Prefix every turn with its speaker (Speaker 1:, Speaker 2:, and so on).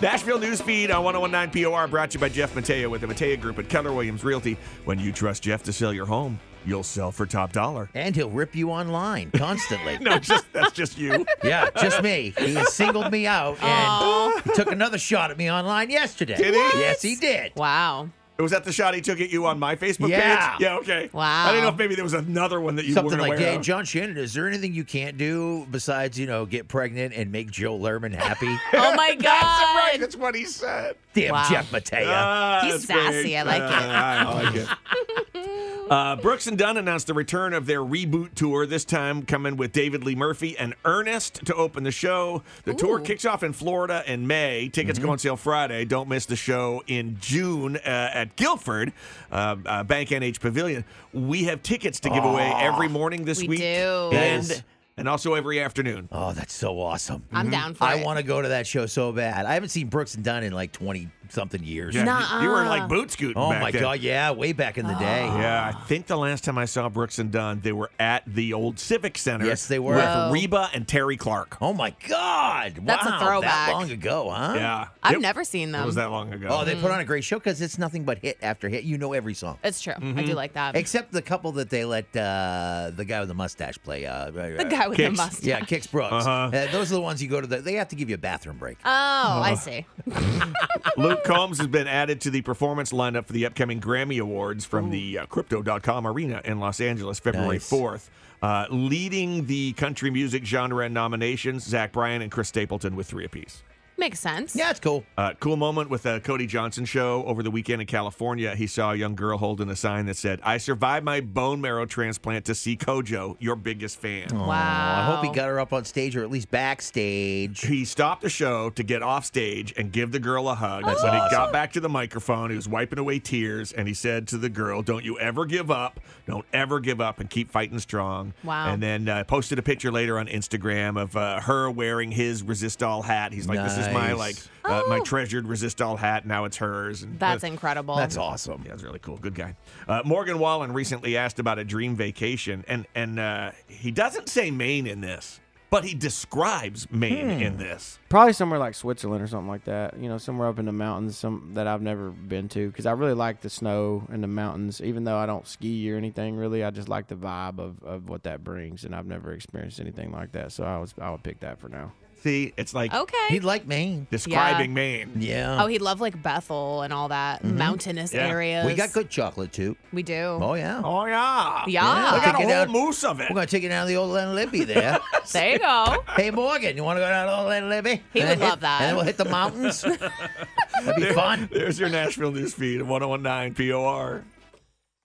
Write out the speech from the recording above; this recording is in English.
Speaker 1: Nashville Newsfeed on 1019 POR brought to you by Jeff Mateo with the Mateo Group at Keller Williams Realty. When you trust Jeff to sell your home, you'll sell for top dollar.
Speaker 2: And he'll rip you online constantly.
Speaker 1: No, just that's just you.
Speaker 2: Yeah, just me. He has singled me out and he took another shot at me online yesterday.
Speaker 1: Did he? What?
Speaker 2: Yes, he did.
Speaker 3: Wow.
Speaker 1: Was that the shot he took at you on my Facebook
Speaker 2: Yeah.
Speaker 1: page? Yeah, okay.
Speaker 3: Wow.
Speaker 1: I didn't know if maybe there was another one that you
Speaker 2: Something
Speaker 1: weren't
Speaker 2: like,
Speaker 1: aware
Speaker 2: hey,
Speaker 1: of.
Speaker 2: John Shannon, is there anything you can't do besides, you know, get pregnant and make Joe Lerman happy?
Speaker 3: Oh my
Speaker 1: That's
Speaker 3: god.
Speaker 1: right. That's what he said.
Speaker 2: Damn
Speaker 3: Wow.
Speaker 2: Jeff Mateo.
Speaker 1: Ah,
Speaker 3: He's
Speaker 1: that's
Speaker 3: sassy.
Speaker 1: great.
Speaker 3: I like it.
Speaker 1: Ah, I like it. Uh, Brooks and Dunn announced the return of their reboot tour, this time coming with David Lee Murphy and Ernest to open the show. The tour kicks off in Florida in May. Tickets
Speaker 3: Mm-hmm.
Speaker 1: go on sale Friday. Don't miss the show in June uh, at Guilford, uh, uh, Bank NH Pavilion. We have tickets to give away every morning this
Speaker 3: We
Speaker 1: week.
Speaker 3: do.
Speaker 2: Yes.
Speaker 1: And, and also every afternoon.
Speaker 2: Oh, that's so awesome. Mm-hmm.
Speaker 3: I'm down for
Speaker 2: I
Speaker 3: it.
Speaker 2: want to go to that show so bad. I haven't seen Brooks and Dunn in like 20 something years.
Speaker 1: Yeah,
Speaker 3: Nuh-uh.
Speaker 1: you, you were like boot scooting
Speaker 2: Oh
Speaker 1: back
Speaker 2: my
Speaker 1: then. Ah.
Speaker 2: God. Yeah, way back in the day.
Speaker 1: Yeah, I think the last time I saw Brooks and Dunn, they were at the old Civic Center.
Speaker 2: Yes, they were.
Speaker 1: With
Speaker 3: Whoa.
Speaker 1: Reba and Terry Clark.
Speaker 2: Oh my God.
Speaker 3: That's a
Speaker 2: wow, That
Speaker 3: throwback.
Speaker 2: long ago, huh?
Speaker 1: Yeah.
Speaker 3: I've
Speaker 1: It-
Speaker 3: never seen
Speaker 1: It
Speaker 3: them.
Speaker 1: was that long ago.
Speaker 2: Oh, they put
Speaker 3: Mm.
Speaker 2: on a great show because it's nothing but hit after hit. You know every song.
Speaker 3: It's true. I
Speaker 2: Mm-hmm.
Speaker 3: do like that.
Speaker 2: Except the couple that they let uh, the guy with the mustache play. Uh,
Speaker 3: the guy with
Speaker 1: Kicks.
Speaker 3: the mustache.
Speaker 2: Yeah, Kix Brooks.
Speaker 1: Uh-huh.
Speaker 2: Uh, those are the ones you go to. The, they have to give you a bathroom break.
Speaker 3: Oh, I see.
Speaker 1: Luke Combs has been added to the performance lineup for the upcoming Grammy Awards from the uh, Crypto.com Arena in Los Angeles, February
Speaker 2: Nice.
Speaker 1: 4th. Uh, leading the country music genre in nominations, Zach Bryan and Chris Stapleton with three apiece.
Speaker 3: Makes sense.
Speaker 2: Yeah, it's cool.
Speaker 1: Uh, cool moment with a Cody Johnson show over the weekend in California. He saw a young girl holding a sign that said, I survived my bone marrow transplant to see Kojo, your biggest fan.
Speaker 2: Wow. I hope he got her up on stage or at least backstage.
Speaker 1: He stopped the show to get off stage and give the girl a hug. That's when he got back to the microphone, he was wiping away tears and he said to the girl, Don't you ever give up. Don't ever give up and keep fighting strong.
Speaker 3: Wow.
Speaker 1: And then uh, posted a picture later on Instagram of uh, her wearing his Resistol hat. He's like, This is my
Speaker 2: Nice.
Speaker 1: like uh, my treasured Resistol hat. Now it's hers. And
Speaker 3: That's incredible.
Speaker 2: That's awesome.
Speaker 1: yeah, it's really cool. Good guy. Uh, Morgan Wallen recently asked about a dream vacation, and and uh, he doesn't say Maine in this, but he describes Maine
Speaker 2: Hmm.
Speaker 1: in this.
Speaker 4: Probably somewhere like Switzerland or something like that. You know, somewhere up in the mountains, some that I've never been to because I really like the snow and the mountains. Even though I don't ski or anything really, I just like the vibe of, of what that brings, and I've never experienced anything like that. So I was I would pick that for now.
Speaker 1: See, it's like
Speaker 3: Okay.
Speaker 2: He'd like Maine.
Speaker 1: describing
Speaker 3: Yeah.
Speaker 1: Maine.
Speaker 2: Oh, Yeah.
Speaker 3: oh, he'd love like Bethel and all that mountainous
Speaker 1: Yeah.
Speaker 3: areas.
Speaker 2: Mm-hmm. we got good chocolate too.
Speaker 3: We do.
Speaker 2: Oh yeah.
Speaker 1: Oh yeah,
Speaker 3: Yeah.
Speaker 1: We got
Speaker 2: Take
Speaker 1: a
Speaker 2: it
Speaker 1: whole
Speaker 2: out.
Speaker 1: moose of it.
Speaker 2: We're gonna take you down to the old Len Libby there.
Speaker 3: There you go.
Speaker 2: hey Morgan, you want to go down to old Len Libby?
Speaker 3: He
Speaker 2: And
Speaker 3: would
Speaker 2: then
Speaker 3: love
Speaker 2: hit-
Speaker 3: that.
Speaker 2: And then we'll hit the mountains. That'd be
Speaker 1: There-
Speaker 2: fun.
Speaker 1: oh There's your Nashville news feed, 1019 POR.